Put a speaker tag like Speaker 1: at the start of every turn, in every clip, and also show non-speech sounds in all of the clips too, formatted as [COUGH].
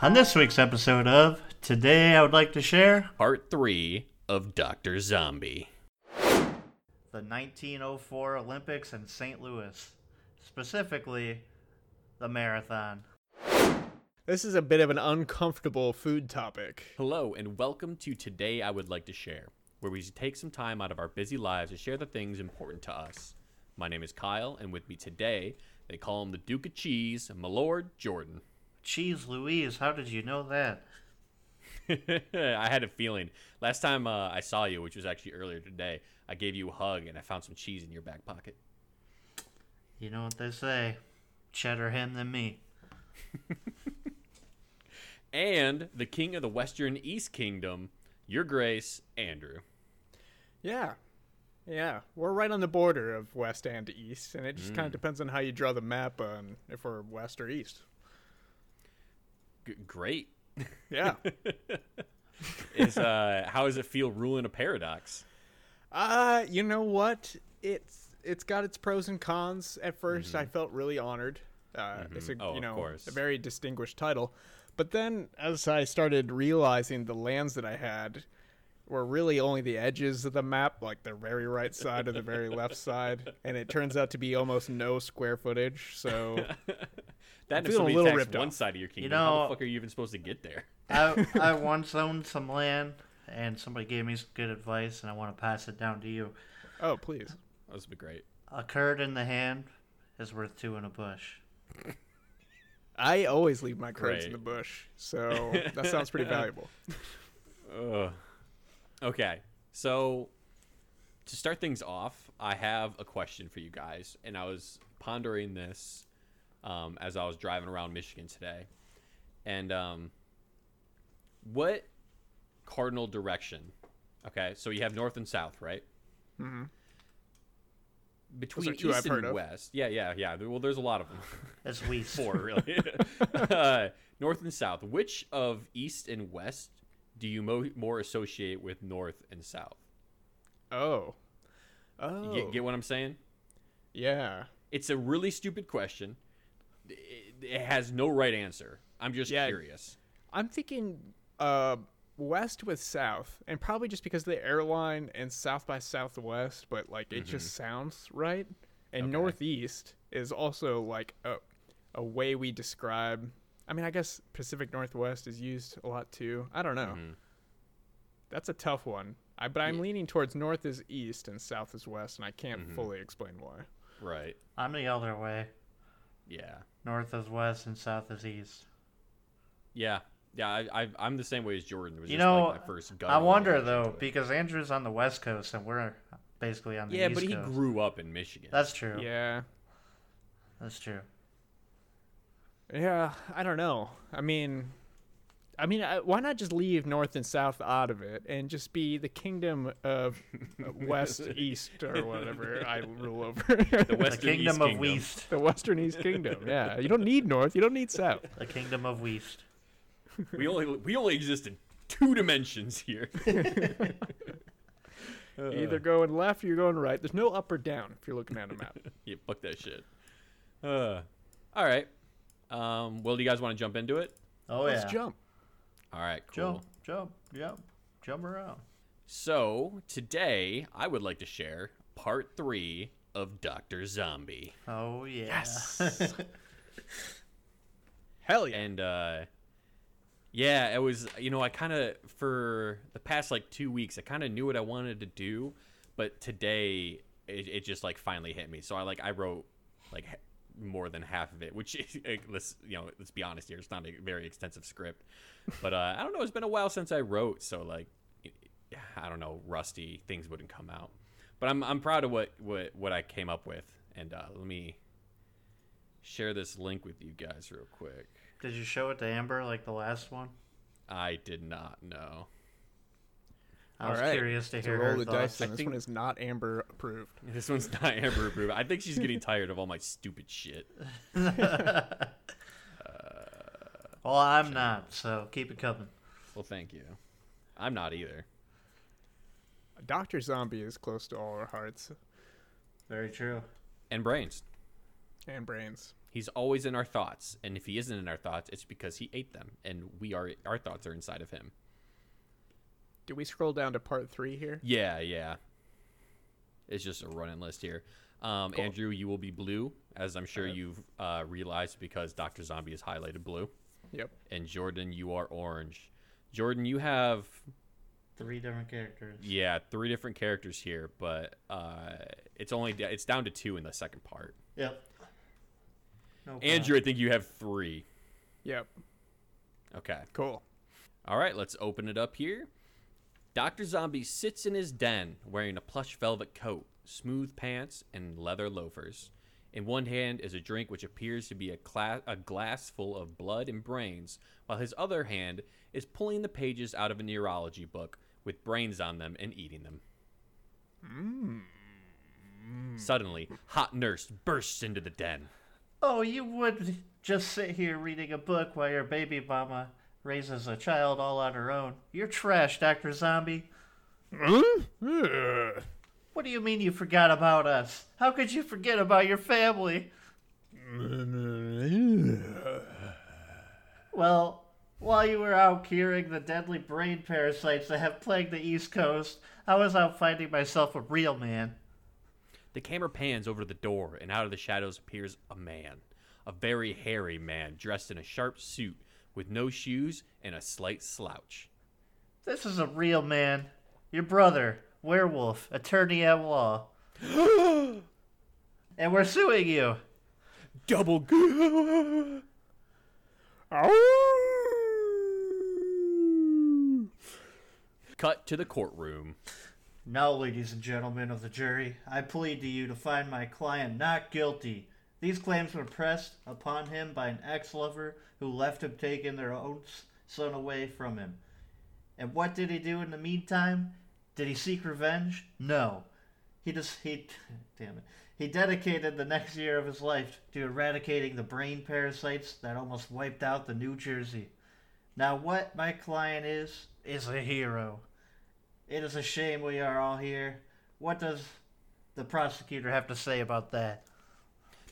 Speaker 1: On this week's episode of Today I Would Like to Share
Speaker 2: Part 3 of Dr. Zombie.
Speaker 1: the 1904 Olympics in St. Louis, specifically the marathon.
Speaker 3: This is a bit of an uncomfortable food topic.
Speaker 2: Hello, and welcome to Today I Would Like to Share, where we take some time out of our busy lives to share the things important to us. My name is Kyle, and with me today, they call him the Duke of Cheese, Milord Jordan. [LAUGHS]
Speaker 1: Cheese Louise, how did you know that?
Speaker 2: I had a feeling. Last time uh, I saw you, which was actually earlier today, I gave you a hug and I found some cheese in your back pocket.
Speaker 1: You know what they say cheddar him than me.
Speaker 2: And the King of the Western East Kingdom, Your Grace, Andrew.
Speaker 3: Yeah. Yeah. We're right on the border of west and east, and it just kind of depends on how you draw the map on if we're west or [LAUGHS] east.
Speaker 2: G- great.
Speaker 3: Yeah.
Speaker 2: Is, uh, [LAUGHS] how does it feel ruling a paradox?
Speaker 3: uh, you know what? It's it's got its pros and cons. At 1st I felt really honored. Uh, it's a,
Speaker 2: Mm-hmm. Oh,
Speaker 3: you
Speaker 2: of
Speaker 3: know,
Speaker 2: course.
Speaker 3: a very distinguished title. But then as I started realizing the lands that I had were really only the edges of the map, like the very right side or the
Speaker 2: [LAUGHS]
Speaker 3: very left side, and it turns out to be almost no square footage.
Speaker 2: [LAUGHS]
Speaker 3: So
Speaker 2: That if somebody
Speaker 3: feeling a little
Speaker 2: attacks
Speaker 3: ripped
Speaker 2: one
Speaker 3: off.
Speaker 2: side of your kingdom,
Speaker 1: know-
Speaker 2: how the fuck are you even supposed to get there?
Speaker 1: I, I once owned some land, and somebody gave me some good advice, and I want to pass it down to you.
Speaker 3: Oh, please.
Speaker 2: That would be great.
Speaker 1: A curd in the hand is worth two in a bush.
Speaker 3: I always leave my curds in
Speaker 2: Great.
Speaker 3: the bush,
Speaker 2: [LAUGHS]
Speaker 3: so that sounds pretty valuable.
Speaker 2: Ugh. Okay, so to start things off, I have a question for you guys, and I was pondering this um, as I was driving around Michigan today. And um, what cardinal direction? Okay, so you have north and south, right? Mm-hmm. Between
Speaker 3: two I've
Speaker 2: east
Speaker 3: heard
Speaker 2: and
Speaker 3: of.
Speaker 2: west, yeah, yeah, yeah. Well, there's a lot of them.
Speaker 1: That's Weiss.
Speaker 2: four really [LAUGHS] uh, north and south which of east and west do you mo- more associate with north and south
Speaker 3: Oh. Oh.
Speaker 2: you get, get what i'm saying
Speaker 3: yeah.
Speaker 2: it's a really stupid question it, it has no right answer i'm just
Speaker 3: Yeah.
Speaker 2: curious
Speaker 3: I'm thinking uh, west with south, and probably just because of the airline and south by southwest, but like it just sounds right. And northeast is also like a, a way we describe. I mean, I guess Pacific Northwest is used a lot too. I don't know. That's a tough one. I, but I'm leaning towards north is east and south is west, and I can't fully explain why.
Speaker 2: right
Speaker 1: I'm the other way.
Speaker 2: yeah
Speaker 1: North is west and south is east.
Speaker 2: yeah yeah I, I, i'm the same way as jordan It was
Speaker 1: You
Speaker 2: just
Speaker 1: know,
Speaker 2: like my first gut
Speaker 1: I wonder
Speaker 2: reaction
Speaker 1: though,
Speaker 2: to it.
Speaker 1: because Andrew's on the west coast and we're basically on the
Speaker 2: yeah
Speaker 1: east
Speaker 2: but he
Speaker 1: coast.
Speaker 2: grew up in michigan
Speaker 1: That's true.
Speaker 3: Yeah.
Speaker 1: That's true.
Speaker 3: Yeah, I don't know. I mean, I mean, I, why not just leave North and South out of it and just be the kingdom of uh, West East or whatever I rule over?
Speaker 2: the
Speaker 3: [LAUGHS] the,
Speaker 1: The
Speaker 2: western
Speaker 1: kingdom
Speaker 2: east
Speaker 1: of
Speaker 2: kingdom
Speaker 1: Weast.
Speaker 3: Western East Kingdom. Yeah, you don't need North. You don't need South.
Speaker 1: The kingdom of Weast.
Speaker 2: we only we only exist in two dimensions
Speaker 1: [LAUGHS]
Speaker 2: here [LAUGHS]
Speaker 3: You're either going left or you're going right. There's no up or down if you're looking at a map.
Speaker 2: Yeah, fuck that shit. Uh, all right. Um, well, do you guys want to jump into it?
Speaker 1: Oh
Speaker 3: Let's
Speaker 1: yeah.
Speaker 3: jump.
Speaker 2: All right, cool.
Speaker 1: Jump, jump, jump, jump around.
Speaker 2: So today, I would like to share part three of Doctor Zombie,
Speaker 1: Oh yeah.
Speaker 3: Yes. Hell yeah.
Speaker 2: and uh, yeah, it was. You know, I kind of for the past like two weeks, I kind of knew what I wanted to do, but today it, it just like finally hit me. So I like I wrote like h- more than half of it, which is- [LAUGHS] like, let's you know let's be honest here, it's not a very extensive script, but uh, I don't know, it's been a while since I wrote, so like I don't know, rusty things wouldn't come out, but I'm I'm proud of what what what I came up with, and uh, let me share this link with you guys real quick.
Speaker 1: [LAUGHS] Did you show it to Amber like the last one?
Speaker 2: I did not know.
Speaker 1: I was
Speaker 3: All right.
Speaker 1: curious to
Speaker 3: To
Speaker 1: hear
Speaker 3: roll
Speaker 1: her
Speaker 3: the dice,
Speaker 1: thoughts.
Speaker 3: and this one is not Amber approved.
Speaker 2: This one's not [LAUGHS] Amber approved. I think she's getting tired of all my stupid shit.
Speaker 1: [LAUGHS] Well, I'm not, so keep it coming.
Speaker 2: Well, thank you. I'm not either.
Speaker 3: Doctor Zombie is close to all our hearts
Speaker 1: Very true.
Speaker 2: And brains.
Speaker 3: and brains.
Speaker 2: He's always in our thoughts, and if he isn't in our thoughts, it's because he ate them, and we are our thoughts are inside of him.
Speaker 3: Do we scroll down to part three here?
Speaker 2: Yeah, yeah. It's just a running list here. Um,
Speaker 3: Cool.
Speaker 2: Andrew, you will be blue, as I'm sure you've uh, realized because Doctor Zombie has highlighted blue,
Speaker 3: Yep.
Speaker 2: and Jordan, you are orange. Jordan, you have
Speaker 1: Three different characters.
Speaker 2: yeah three different characters here, but uh, it's only it's down to two in the second part.
Speaker 1: Yep. No
Speaker 2: Andrew, I think you have three.
Speaker 3: Yep.
Speaker 2: Okay.
Speaker 3: Cool.
Speaker 2: All right, let's open it up here. Dr. Zombie sits in his den wearing a plush velvet coat, smooth pants, and leather loafers. In one hand is a drink which appears to be a, cla- a glass full of blood and brains, while his other hand is pulling the pages out of a neurology book with brains on them and eating them. Suddenly, Hot Nurse bursts into the den.
Speaker 1: Oh, you would just sit here reading a book while your baby mama raises a child all on her own. You're trash, Dr. Zombie. What do you mean you forgot about us? How could you forget about your family? Well, while you were out curing the deadly brain parasites that have plagued the East Coast, I was out finding myself a real man.
Speaker 2: The camera pans over to the door, and out of the shadows appears a man. A very hairy man dressed in a sharp suit with no shoes and a slight slouch.
Speaker 1: This is a real man. Your brother, werewolf, attorney at law. and we're suing you.
Speaker 2: Double good. Cut to the courtroom.
Speaker 1: Now, ladies and gentlemen of the jury, I plead to you to find my client not guilty. These claims were pressed upon him by an ex lover who left him taking their own s- son away from him. And what did he do in the meantime? Did he seek revenge? No. He just he damn it. He dedicated the next year of his life to eradicating the brain parasites that almost wiped out the New Jersey. Now what my client is is a hero. It is a shame we are all here. What does the prosecutor have to say about that?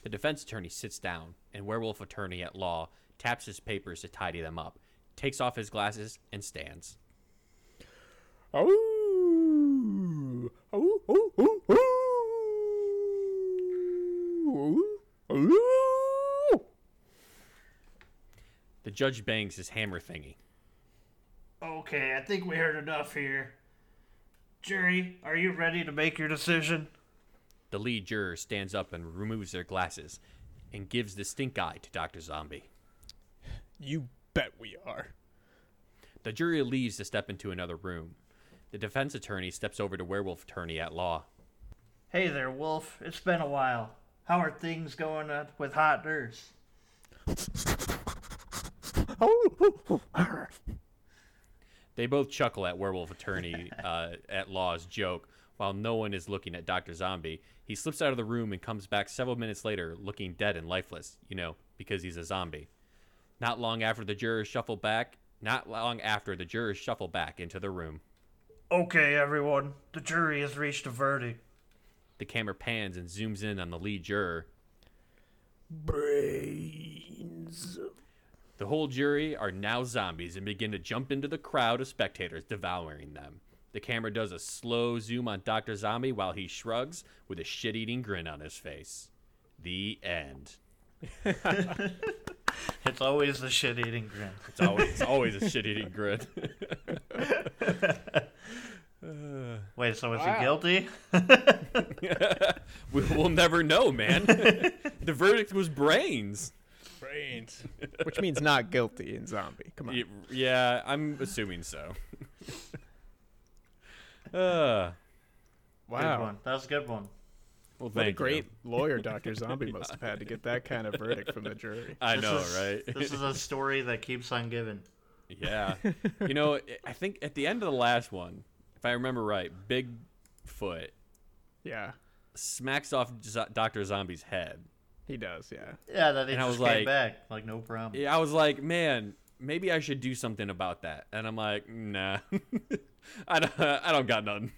Speaker 2: The defense attorney sits down, and werewolf attorney at law taps his papers to tidy them up, takes off his glasses, and stands.
Speaker 3: Oh. Oh, oh, oh, oh. Oh.
Speaker 2: The judge bangs his hammer thingy.
Speaker 1: Okay, I think we heard enough here. Jury, are you ready to make your decision?
Speaker 2: The lead juror stands up and removes their glasses and gives the stink eye to Dr. Zombie.
Speaker 3: You bet we are.
Speaker 2: The jury leaves to step into another room. The defense attorney steps over to werewolf attorney at law.
Speaker 1: Hey there, Wolf. It's been a while. How are things going up with Hot Nurse?
Speaker 2: They both chuckle at werewolf attorney uh, at law's joke while no one is looking at Dr. Zombie. He slips out of the room and comes back several minutes later looking dead and lifeless, you know, because he's a zombie. Not long after the jurors shuffle back, not long after the jurors shuffle back into the room.
Speaker 1: Okay, everyone. The jury has reached a verdict.
Speaker 2: The camera pans and zooms in on the lead juror.
Speaker 3: Brains.
Speaker 2: The whole jury are now zombies and begin to jump into the crowd of spectators, devouring them. The camera does a slow zoom on Dr. Zombie while he shrugs with a shit eating grin on his face. The end.
Speaker 1: It's always the shit eating grin.
Speaker 2: It's always, it's always a shit eating grin. [LAUGHS]
Speaker 1: Wait, so is
Speaker 3: Wow.
Speaker 1: he guilty?
Speaker 2: we will never know, man. [LAUGHS] the verdict was brains.
Speaker 3: Brains. Which means not guilty in zombie. Come on.
Speaker 2: Y- Yeah, I'm assuming so. [LAUGHS] uh,
Speaker 1: Good
Speaker 3: Wow.
Speaker 1: one. That was a good one.
Speaker 2: well,
Speaker 3: What
Speaker 2: thank
Speaker 3: a
Speaker 2: you.
Speaker 3: great lawyer Dr. Zombie must have had to get that kind of verdict from the jury.
Speaker 2: I
Speaker 1: This [LAUGHS]
Speaker 2: know,
Speaker 1: is-
Speaker 2: right?
Speaker 1: this is a story that keeps on giving.
Speaker 2: [LAUGHS] Yeah. you know, I- I think at the end of the last one, if I remember right, Bigfoot
Speaker 3: Yeah,
Speaker 2: smacks off Z- Dr. Zombie's head.
Speaker 3: he does. Yeah.
Speaker 1: Yeah, that he
Speaker 2: And I
Speaker 1: just
Speaker 2: was
Speaker 1: came
Speaker 2: like-
Speaker 1: back. Like, no problem.
Speaker 2: Yeah, I was like, man, maybe I should do something about that. [LAUGHS] And I'm like, nah. I don't, I don't got nothing.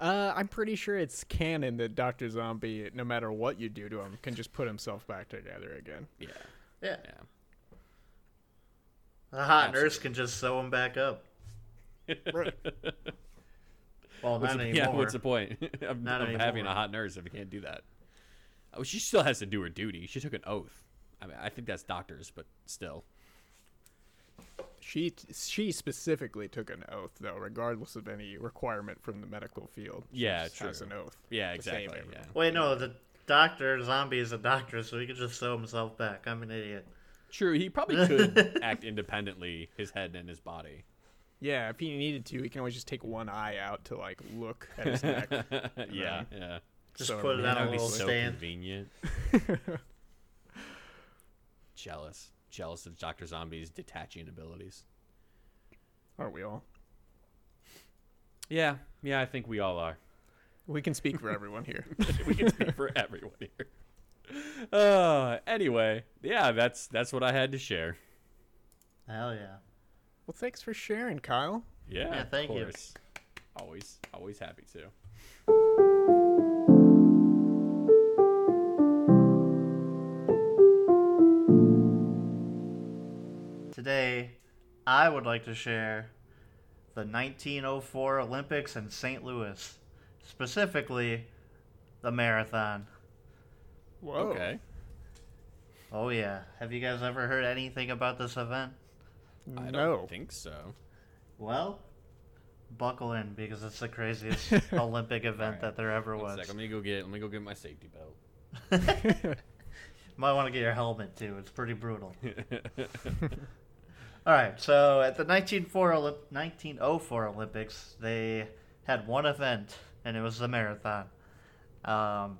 Speaker 3: Uh, I'm pretty sure it's canon that Doctor Zombie, no matter what you do to him, can just put himself back together again.
Speaker 2: Yeah,
Speaker 1: Yeah.
Speaker 2: yeah.
Speaker 1: A hot nurse can just sew him back up.
Speaker 2: [LAUGHS]
Speaker 3: Right.
Speaker 1: Well,
Speaker 2: What's
Speaker 1: not
Speaker 2: the,
Speaker 1: anymore.
Speaker 2: yeah, what's the point [LAUGHS] of,
Speaker 1: Not
Speaker 2: of having
Speaker 1: anymore.
Speaker 2: a hot nurse if you can't do that? Oh, she still has to do her duty. She took an oath. I mean, I think that's doctors, but still.
Speaker 3: She she specifically took an oath, though, regardless of any requirement from the medical field. She
Speaker 2: Yeah,
Speaker 3: just has
Speaker 2: true.
Speaker 3: an oath.
Speaker 2: Yeah,
Speaker 3: to save
Speaker 2: exactly.
Speaker 3: everyone.
Speaker 2: Yeah.
Speaker 1: Wait, no, the doctor zombie is a doctor, so he could just sew himself back. I'm an idiot.
Speaker 2: True. He
Speaker 1: [LAUGHS]
Speaker 2: probably could act independently, his head and his body.
Speaker 3: Yeah, if he needed to, he can always just take one eye out to like look at
Speaker 2: [LAUGHS]
Speaker 3: his neck.
Speaker 2: yeah, yeah.
Speaker 1: Just
Speaker 3: So
Speaker 1: put it
Speaker 3: mean.
Speaker 1: on
Speaker 2: That
Speaker 1: a
Speaker 2: would be
Speaker 1: little
Speaker 2: so
Speaker 1: stand. [LAUGHS]
Speaker 2: convenient. Jealous. Jealous of Dr. Zombie's detaching abilities.
Speaker 3: Are we all?
Speaker 2: Yeah, yeah, I think we all are.
Speaker 3: We can speak for
Speaker 2: [LAUGHS]
Speaker 3: everyone here.
Speaker 2: we can speak for everyone here. Uh, anyway, yeah, that's that's what I had to share.
Speaker 1: Hell yeah.
Speaker 3: Well, thanks for sharing, Kyle.
Speaker 2: Yeah,
Speaker 1: Yeah,
Speaker 2: of
Speaker 1: thank you.
Speaker 2: course. Always, always happy to.
Speaker 1: Today, I would like to share the 1904 Olympics in St. Louis, specifically the marathon.
Speaker 3: Whoa.
Speaker 2: Okay.
Speaker 1: Oh, yeah. Have you guys ever heard anything about this event?
Speaker 2: I
Speaker 3: no.
Speaker 2: don't think so.
Speaker 1: Well, buckle in because it's the craziest Olympic event
Speaker 2: Alright,
Speaker 1: that there ever
Speaker 2: One
Speaker 1: was.
Speaker 2: sec, let me go get let me go get my safety belt. [LAUGHS]
Speaker 1: [LAUGHS] Might want to get your helmet too. It's pretty brutal. All right. So at the 1904 Olymp- 1904 Olympics, they had one event, and it was the marathon. Um,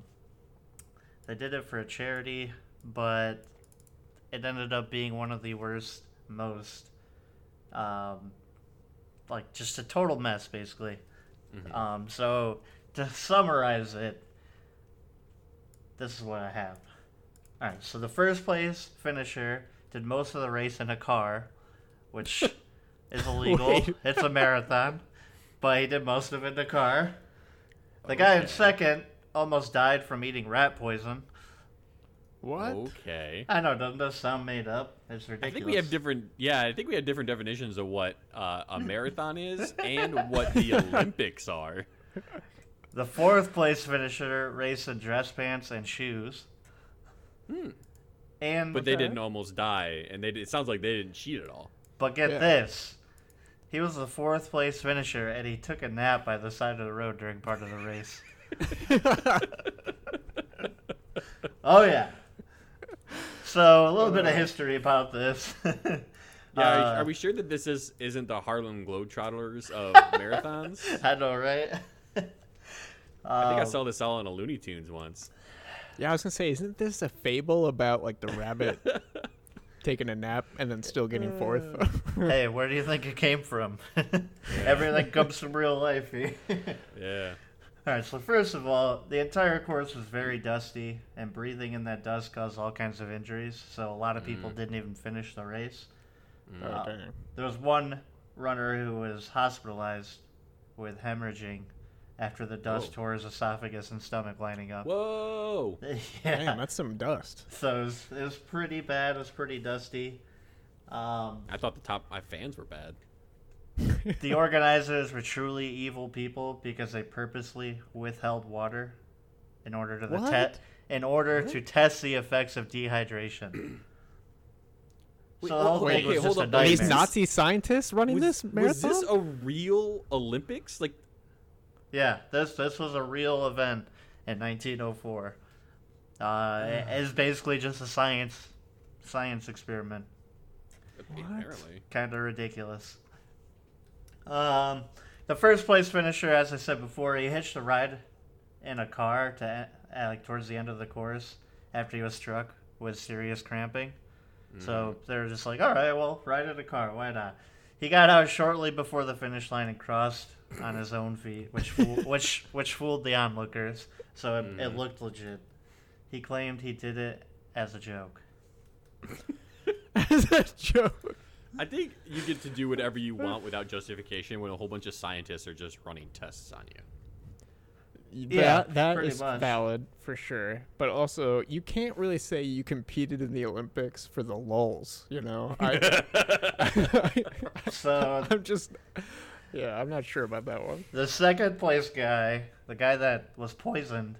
Speaker 1: they did it for a charity, but it ended up being one of the worst, most, um, like just a total mess, basically. Um, so to summarize it, this is what I have. All right, so the first place finisher did most of the race in a car, which is illegal.
Speaker 3: Wait.
Speaker 1: It's a marathon, but he did most of it in a car. The guy in
Speaker 2: Okay.
Speaker 1: second almost died from eating rat poison.
Speaker 3: What?
Speaker 2: Okay.
Speaker 1: I know, doesn't this sound made up? It's ridiculous.
Speaker 2: I think we have different yeah, I think we have different definitions of what uh,
Speaker 3: [LAUGHS]
Speaker 2: a marathon is and what the Olympics are.
Speaker 1: The fourth place finisher raced in dress pants and shoes. Hmm. And
Speaker 2: But they
Speaker 3: Okay.
Speaker 2: didn't almost die and they it sounds like they didn't cheat at all.
Speaker 1: But get
Speaker 3: Yeah.
Speaker 1: this. He was the fourth place finisher and he took a nap by the side of the road during part of the
Speaker 2: [LAUGHS]
Speaker 1: race. oh yeah. So a little bit of history about this.
Speaker 2: Yeah, are,
Speaker 1: Uh,
Speaker 2: are we sure that this is isn't the Harlem Globetrotters of
Speaker 3: [LAUGHS]
Speaker 1: [LAUGHS]
Speaker 2: marathons?
Speaker 1: I know, right? Um,
Speaker 2: I think I saw this all on a Looney Tunes once.
Speaker 3: Yeah, I was gonna say, isn't this a fable about like the
Speaker 2: [LAUGHS]
Speaker 3: rabbit taking a nap and then still
Speaker 2: Uh.
Speaker 3: getting fourth? [LAUGHS]
Speaker 1: hey, where do you think it came from? [LAUGHS] Everything
Speaker 2: [LAUGHS]
Speaker 1: comes from real life. [LAUGHS] eh?
Speaker 2: Yeah.
Speaker 1: All right, so first of all, the entire course was very dusty, and breathing in that dust caused all kinds of injuries, so a lot
Speaker 2: Mm-hmm.
Speaker 1: of people didn't even finish the race.
Speaker 3: oh, dang.
Speaker 1: There was one runner who was hospitalized with hemorrhaging after the dust
Speaker 2: Whoa.
Speaker 1: tore his esophagus and stomach lining up. [LAUGHS]
Speaker 2: Whoa.
Speaker 1: yeah.
Speaker 3: Damn, that's some dust.
Speaker 1: so it was, it was pretty bad, it was pretty dusty. Um,
Speaker 2: I thought the top my fans were bad.
Speaker 1: the organizers were truly evil people because they purposely withheld water in order to the
Speaker 3: What?
Speaker 1: te- in order to test the effects of dehydration.
Speaker 2: [CLEARS THROAT] Wait, oh,
Speaker 1: so the whole
Speaker 3: wait,
Speaker 1: thing was
Speaker 2: okay,
Speaker 1: just
Speaker 2: hold
Speaker 1: a
Speaker 2: up,
Speaker 1: nightmare.
Speaker 2: wait,
Speaker 3: These
Speaker 2: man.
Speaker 3: Nazi scientists running
Speaker 2: Was,
Speaker 3: this
Speaker 2: was
Speaker 3: marathon?
Speaker 2: this a real Olympics? Like
Speaker 1: Yeah, this this was a real event in 1904.
Speaker 2: Ah.
Speaker 1: Uh, it- it's basically just a science science experiment.
Speaker 2: apparently.
Speaker 1: kind of ridiculous. Um, the first place finisher, as I said before, he hitched a ride in a car to uh, like towards the end of the course after he was struck with serious cramping. So they were just like, "All right, well, ride in a car. Why not?" He got out shortly before the finish line and crossed on his own feet, which fool, which which fooled the onlookers. So it, it looked legit. He claimed he did it as a joke. [LAUGHS]
Speaker 3: As a joke.
Speaker 2: I think you get to do whatever you want without justification when a whole bunch of scientists are just running tests on you.
Speaker 3: that
Speaker 1: Yeah,
Speaker 3: that
Speaker 1: pretty
Speaker 3: is
Speaker 1: much.
Speaker 3: valid for sure. But also, you can't really say you competed in the Olympics for the lulls. You [LAUGHS] know, I,
Speaker 2: [LAUGHS]
Speaker 1: So
Speaker 3: [LAUGHS] I'm just yeah, I'm not sure about that one.
Speaker 1: the second place guy, the guy that was poisoned,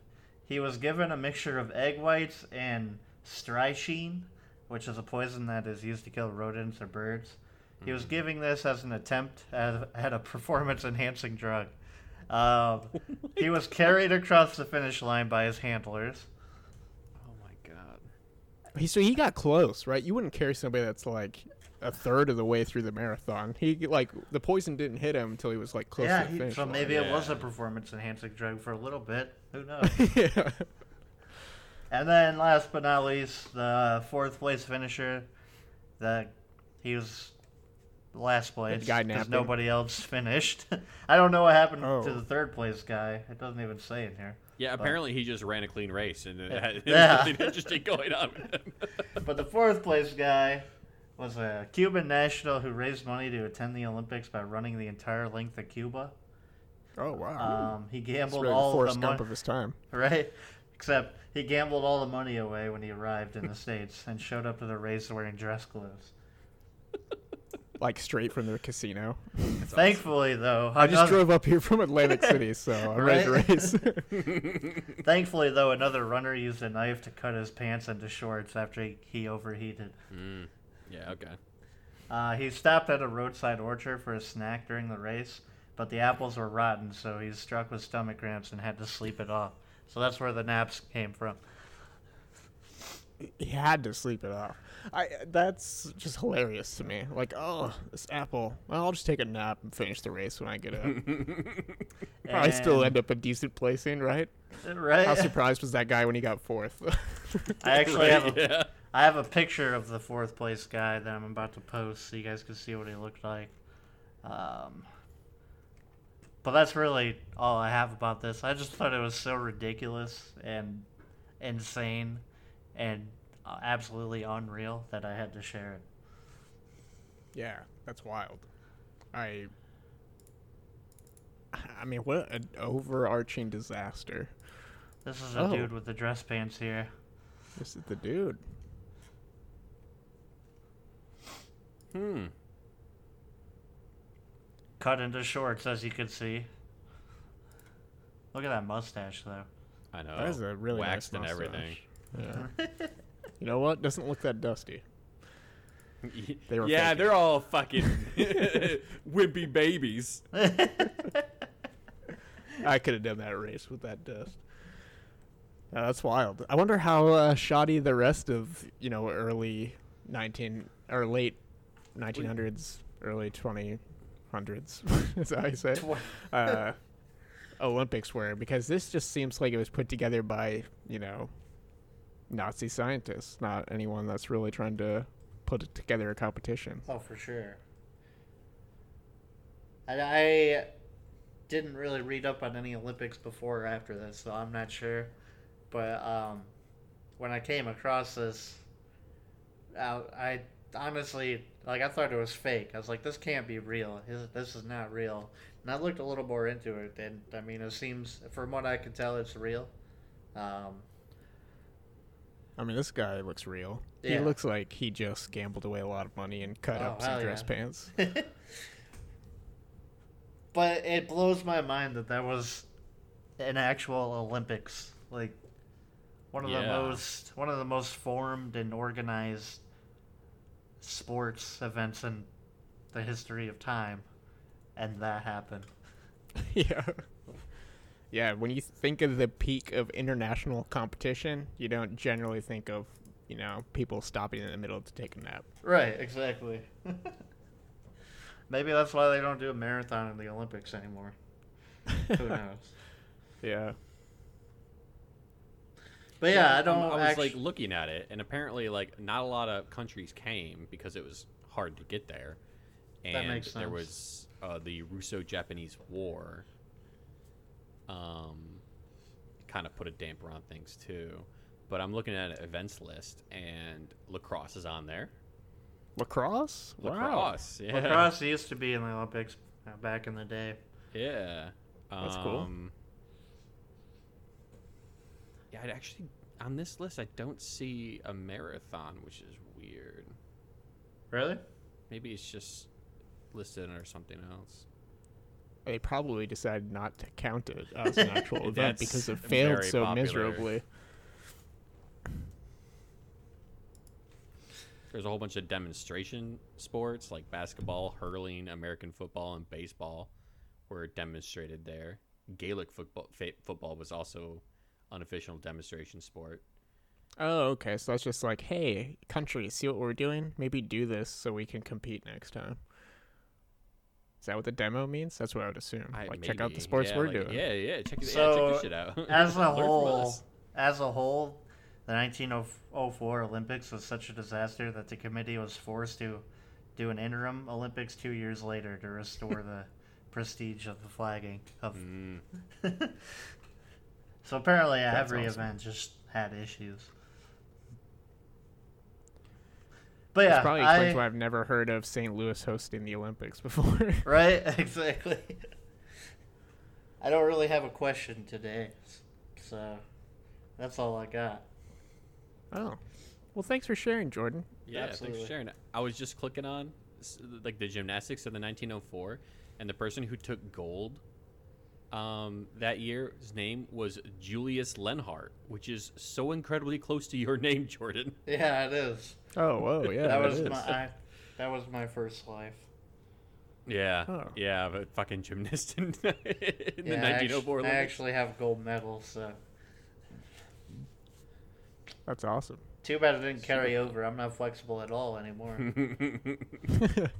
Speaker 1: he was given a mixture of egg whites and strychnine, which is a poison that is used to kill rodents or birds. He was giving this as an attempt at, at a performance enhancing drug. Um, [LAUGHS] he was carried across the finish line by his handlers.
Speaker 2: Oh my god.
Speaker 3: He so he got close, right? You wouldn't carry somebody that's like a third of the way through the marathon. He like the poison didn't hit him until he was like close
Speaker 1: yeah,
Speaker 3: to the
Speaker 1: he-
Speaker 3: finish.
Speaker 1: so
Speaker 3: line.
Speaker 1: maybe it was
Speaker 2: yeah.
Speaker 1: a performance enhancing drug for a little bit. Who knows?
Speaker 3: [LAUGHS] yeah.
Speaker 1: And then, last but not least, the fourth place finisher. That he was last place
Speaker 3: guy
Speaker 1: because
Speaker 3: napping.
Speaker 1: nobody else [LAUGHS] finished. I don't know what happened
Speaker 3: Oh.
Speaker 1: to the third place guy. It doesn't even say in here.
Speaker 2: Yeah, apparently he just ran a clean race and it had [LAUGHS] it was
Speaker 1: Yeah.
Speaker 2: nothing interesting going on. with [LAUGHS] him.
Speaker 1: But the fourth place guy was a Cuban national who raised money to attend the Olympics by running the entire length of Cuba.
Speaker 3: Oh wow.
Speaker 1: Um, he
Speaker 3: It's
Speaker 1: gambled
Speaker 3: really the
Speaker 1: all the
Speaker 3: Forrest
Speaker 1: money.
Speaker 3: Gump of his time.
Speaker 1: [LAUGHS] right? Except he gambled all the money away when he arrived in the States and showed up to the race wearing dress clothes.
Speaker 3: Like straight from the casino.
Speaker 1: Thankfully, though,
Speaker 3: I just
Speaker 1: another-
Speaker 3: drove up here from Atlantic City, so I'm
Speaker 1: Right?
Speaker 3: ready to race. [LAUGHS]
Speaker 1: Thankfully, though, another runner used a knife to cut his pants into shorts after he, he overheated.
Speaker 2: Mm. Yeah, okay. [LAUGHS]
Speaker 1: Uh, he stopped at a roadside orchard for a snack during the race, but the apples were rotten, so he was struck with stomach cramps and had to sleep it off. So that's where the naps came from.
Speaker 3: he had to sleep it off. I that's just hilarious to me. Like, oh, this apple. Well, I'll just take a nap and finish the race when I get [LAUGHS] up. I still
Speaker 1: And-
Speaker 3: end up a decent placing, right?
Speaker 1: Right?
Speaker 3: [LAUGHS] How surprised was that guy when he got
Speaker 1: [LAUGHS]
Speaker 3: fourth? [LAUGHS]
Speaker 1: I actually
Speaker 2: Right,
Speaker 1: have a,
Speaker 2: yeah.
Speaker 1: I have a picture of the fourth place guy that I'm about to post so you guys can see what he looked like. Um, but that's really all I have about this. I just thought it was so ridiculous and insane and uh, absolutely unreal that I had to share it.
Speaker 3: yeah, that's wild. I. I mean, what an overarching disaster.
Speaker 1: This is a
Speaker 3: Oh.
Speaker 1: dude with the dress pants here.
Speaker 3: This is the dude.
Speaker 2: Hmm.
Speaker 1: Cut into shorts, as you can see. Look at that mustache, though. [LAUGHS]
Speaker 2: I know.
Speaker 3: That is a really
Speaker 2: waxed
Speaker 3: nice
Speaker 2: and
Speaker 3: mustache.
Speaker 2: everything.
Speaker 3: [LAUGHS] Yeah. you know what? Doesn't look that dusty.
Speaker 2: [LAUGHS]
Speaker 3: They were
Speaker 2: yeah,
Speaker 3: faking
Speaker 2: they're all fucking [LAUGHS] wimpy babies.
Speaker 3: I could have done that race with that dust. Uh, that's wild. I wonder how uh, shoddy the rest of you know early nineteen or late nineteen hundreds, early twenty hundreds. [LAUGHS] is that how you say? it?
Speaker 1: Twen-
Speaker 3: Uh, Olympics were because this just seems like it was put together by you know Nazi scientists, not anyone that's really trying to put together a competition.
Speaker 1: Oh, for sure. And I didn't really read up on any Olympics before or after this, so I'm not sure. But um, when I came across this, I, I honestly like I thought it was fake. I was like, this can't be real. This- This is not real. And I looked a little more into it, and I mean, it seems from what I can tell, it's real. Um,
Speaker 3: I mean, this guy looks real. He
Speaker 1: Yeah.
Speaker 3: looks like he just gambled away a lot of money and cut
Speaker 1: Oh,
Speaker 3: up some
Speaker 1: hell
Speaker 3: dress
Speaker 1: yeah.
Speaker 3: pants.
Speaker 1: [LAUGHS] but it blows my mind that that was an actual Olympics, like one of the
Speaker 2: Yeah.
Speaker 1: most one of the most formed and organized sports events in the history of time, and that happened.
Speaker 2: [LAUGHS]
Speaker 3: yeah. Yeah, when you think of the peak of international competition, you don't generally think of, you know, people stopping in the middle to take a nap.
Speaker 1: Right, exactly. [LAUGHS] Maybe that's why they don't do a marathon in the Olympics anymore.
Speaker 2: [LAUGHS]
Speaker 1: Who knows?
Speaker 3: yeah.
Speaker 1: But yeah, I
Speaker 2: I'm-
Speaker 1: don't.
Speaker 2: I was
Speaker 1: actu-
Speaker 2: like looking at it, and apparently, like, not a lot of countries came because it was hard to get there. And
Speaker 1: makes
Speaker 2: there
Speaker 1: sense.
Speaker 2: was uh, the Russo-Japanese War. Um, kind of put a damper on things too. But I'm looking at an events list, and lacrosse is on there.
Speaker 3: Lacrosse? Wow.
Speaker 2: Lacrosse, [LAUGHS] yeah.
Speaker 1: Lacrosse used to be in the Olympics uh, back in the day.
Speaker 2: Yeah.
Speaker 3: That's cool.
Speaker 2: Um, Yeah, I actually on this list I don't see a marathon, which is weird.
Speaker 1: Really?
Speaker 2: Maybe it's just listed under something else.
Speaker 3: They probably decided not to count it as
Speaker 2: [LAUGHS]
Speaker 3: an actual event
Speaker 2: That's
Speaker 3: because it failed
Speaker 2: very
Speaker 3: so
Speaker 2: popular.
Speaker 3: miserably.
Speaker 2: There's a whole bunch of demonstration sports like basketball, hurling, American football, and baseball were demonstrated there. Gaelic football fa- football was also unofficial demonstration sport.
Speaker 3: Oh, okay. So that's just like, hey, country, see what we're doing? Maybe do this so we can compete next time. Is that what the demo means? That's what I would assume.
Speaker 2: I-
Speaker 3: like, check out
Speaker 2: maybe,
Speaker 3: the sports
Speaker 2: yeah,
Speaker 3: we're
Speaker 2: like,
Speaker 3: doing.
Speaker 2: Yeah, yeah, check, it yeah, check
Speaker 1: So,
Speaker 2: this shit out. [LAUGHS]
Speaker 1: As a
Speaker 2: Learn from
Speaker 1: whole,
Speaker 2: us.
Speaker 1: as a whole, the 1904 Olympics was such a disaster that the committee was forced to do an interim Olympics two years later to restore
Speaker 3: [LAUGHS]
Speaker 1: the prestige of the flagging of.
Speaker 2: Mm.
Speaker 1: [LAUGHS] so apparently,
Speaker 3: That's
Speaker 1: every
Speaker 3: awesome.
Speaker 1: event just had issues. But
Speaker 3: This
Speaker 1: yeah,
Speaker 3: probably explains
Speaker 1: I-
Speaker 3: why I've never heard of St. Louis hosting the Olympics [LAUGHS] before.
Speaker 1: [LAUGHS] Right? [LAUGHS] Exactly. I don't really have a question today, so that's all I got.
Speaker 3: oh. Well, thanks for sharing, Jordan.
Speaker 2: Yeah, thanks
Speaker 1: Absolutely.
Speaker 2: for sharing. I was just clicking on s- like the gymnastics of the 1904, and the person who took gold um, that year, his name was Julius Lenhart, which is so incredibly close to your [LAUGHS] name, Jordan.
Speaker 1: Yeah, it is.
Speaker 3: Oh,
Speaker 1: [LAUGHS]
Speaker 3: whoa, yeah.
Speaker 1: that
Speaker 3: it
Speaker 1: was
Speaker 3: is.
Speaker 1: my I, that was my first life.
Speaker 2: Yeah,
Speaker 3: Oh.
Speaker 2: yeah, but fucking gymnast in, [LAUGHS] in
Speaker 1: Yeah,
Speaker 2: the
Speaker 1: I actu-
Speaker 2: 1904
Speaker 1: I
Speaker 2: [LAUGHS] Olympics.
Speaker 1: actually have gold medal, so
Speaker 3: That's awesome.
Speaker 1: too bad it didn't carry over. I'm not flexible at all
Speaker 2: [LAUGHS]
Speaker 1: anymore.
Speaker 2: Life be like that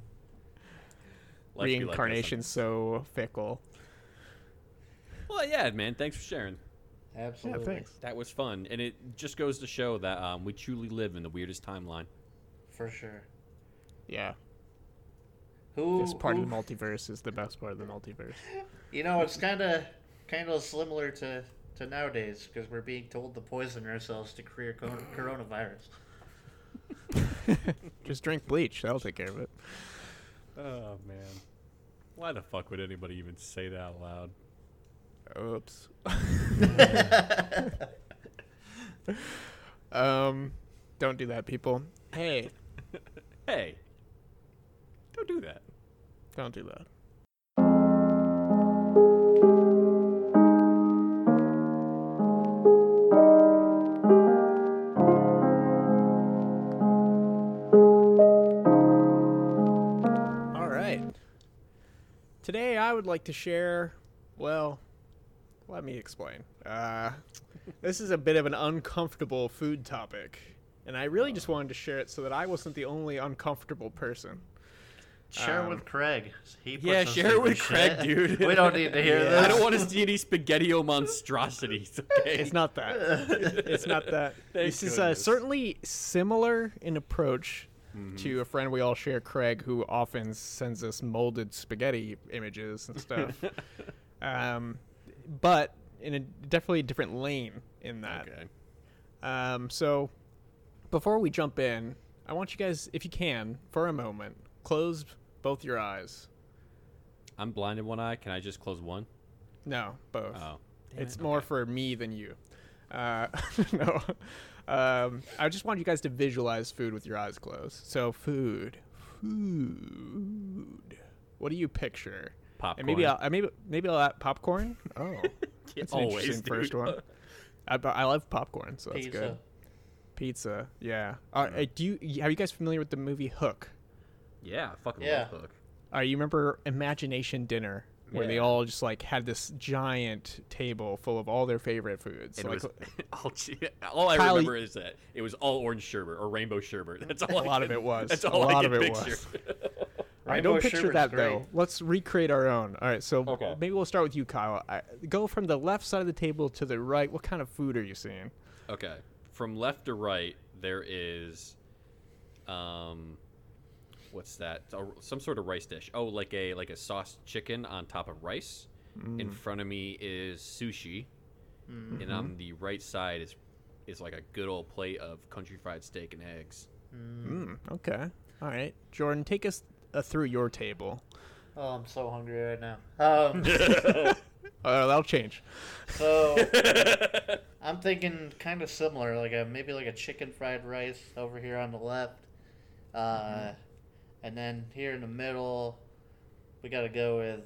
Speaker 3: Reincarnation's so fickle.
Speaker 2: sometimes. well, yeah, man. Thanks for sharing.
Speaker 1: Absolutely.
Speaker 3: thanks.
Speaker 2: That was fun, and it just goes to show that um, we truly live in the weirdest timeline.
Speaker 1: For sure.
Speaker 3: Yeah.
Speaker 1: Who,
Speaker 3: This part
Speaker 1: who
Speaker 3: of the multiverse is the best part of the multiverse.
Speaker 1: You know, it's kind of kind of similar to to nowadays because we're being told to poison ourselves to clear co- coronavirus.
Speaker 3: Just drink bleach. That'll take care of it.
Speaker 2: Oh man. Why the fuck would anybody even say that out loud?
Speaker 1: [LAUGHS]
Speaker 3: Oops. [LAUGHS] um, don't do that, people. Hey,
Speaker 2: [LAUGHS] Hey. Don't do that.
Speaker 3: don't do that. All right. Today, I would like to share. Well, let me explain. Uh, this is a bit of an uncomfortable food topic, and I really just wanted to share it so that I wasn't the only uncomfortable person.
Speaker 1: Share
Speaker 3: Um,
Speaker 1: with Craig. He puts
Speaker 2: Yeah,
Speaker 1: us
Speaker 2: share
Speaker 1: through
Speaker 2: with
Speaker 1: this
Speaker 2: Craig,
Speaker 1: shit.
Speaker 2: dude.
Speaker 1: We don't need to
Speaker 2: [LAUGHS]
Speaker 1: hear
Speaker 3: Yeah.
Speaker 1: this.
Speaker 2: I don't want to see any spaghetti monstrosities, okay?
Speaker 3: It's not that. It's not
Speaker 2: [LAUGHS]
Speaker 3: that.
Speaker 2: Thank
Speaker 3: this is uh,
Speaker 2: goodness. Mm-hmm.
Speaker 3: certainly similar in approach to a friend we all share, Craig, who often sends us molded spaghetti images
Speaker 2: [LAUGHS]
Speaker 3: and stuff. um, but in a definitely a different lane in that.
Speaker 2: Okay.
Speaker 3: Um, so before we jump in, I want you guys, if you can, for a moment, close both your eyes.
Speaker 2: I'm blind in one eye. Can I just close one?
Speaker 3: No, both.
Speaker 2: Oh. Damn
Speaker 3: It's
Speaker 2: it.
Speaker 3: more for me than you. Uh, [LAUGHS] no. Um, I just want you guys to visualize food with your eyes closed. So food, food. What do you picture? And maybe [LAUGHS] I'll
Speaker 2: Popcorn.
Speaker 3: I maybe maybe I'll add popcorn. Oh, [LAUGHS]
Speaker 2: [LAUGHS]
Speaker 3: that's an
Speaker 2: Always,
Speaker 3: interesting
Speaker 2: dude. [LAUGHS]
Speaker 3: first one. I, but I love popcorn, so that's
Speaker 1: Pizza.
Speaker 3: good. Pizza, yeah. All right, do you y- are you guys familiar with the movie Hook?
Speaker 2: Yeah, I fucking
Speaker 1: Yeah.
Speaker 2: love Hook.
Speaker 3: Uh, you remember Imagination Dinner, where they
Speaker 2: Yeah.
Speaker 3: all just like had this giant table full of all their favorite foods.
Speaker 2: It
Speaker 3: So, like,
Speaker 2: was, [LAUGHS] all, she- all I
Speaker 3: Kyle,
Speaker 2: remember is that it was all orange sherbet or rainbow sherbet. That's all.
Speaker 3: A
Speaker 2: I
Speaker 3: lot of
Speaker 2: can-
Speaker 3: it was.
Speaker 2: That's
Speaker 3: A
Speaker 2: all
Speaker 3: lot
Speaker 2: I can
Speaker 3: of it
Speaker 2: picture.
Speaker 3: was.
Speaker 2: [LAUGHS]
Speaker 3: I
Speaker 1: Rainbow
Speaker 3: don't picture
Speaker 1: sherbet's
Speaker 3: that
Speaker 1: great.
Speaker 3: though. Let's recreate our own. All right, so
Speaker 2: Okay.
Speaker 3: maybe we'll start with you, Kyle. I, go from the left side of the table to the right. What kind of food are you seeing?
Speaker 2: Okay. From left to right, there is, um, what's that? It's a- Some sort of rice dish. Oh, like a like a sauced chicken on top of rice. In front of me is sushi,
Speaker 1: Mm-hmm.
Speaker 2: and on the right side is is like a good old plate of country fried steak and eggs.
Speaker 3: Mm, okay. All right, Jordan, take us uh, through
Speaker 2: [LAUGHS]
Speaker 3: your table. [LAUGHS]
Speaker 1: Oh, I'm so hungry right now. Um,
Speaker 3: Uh, that'll change.
Speaker 1: so I'm thinking kind of similar, like a maybe like a chicken fried rice over here on the left, uh,
Speaker 2: Mm-hmm.
Speaker 1: and then here in the middle, we gotta go with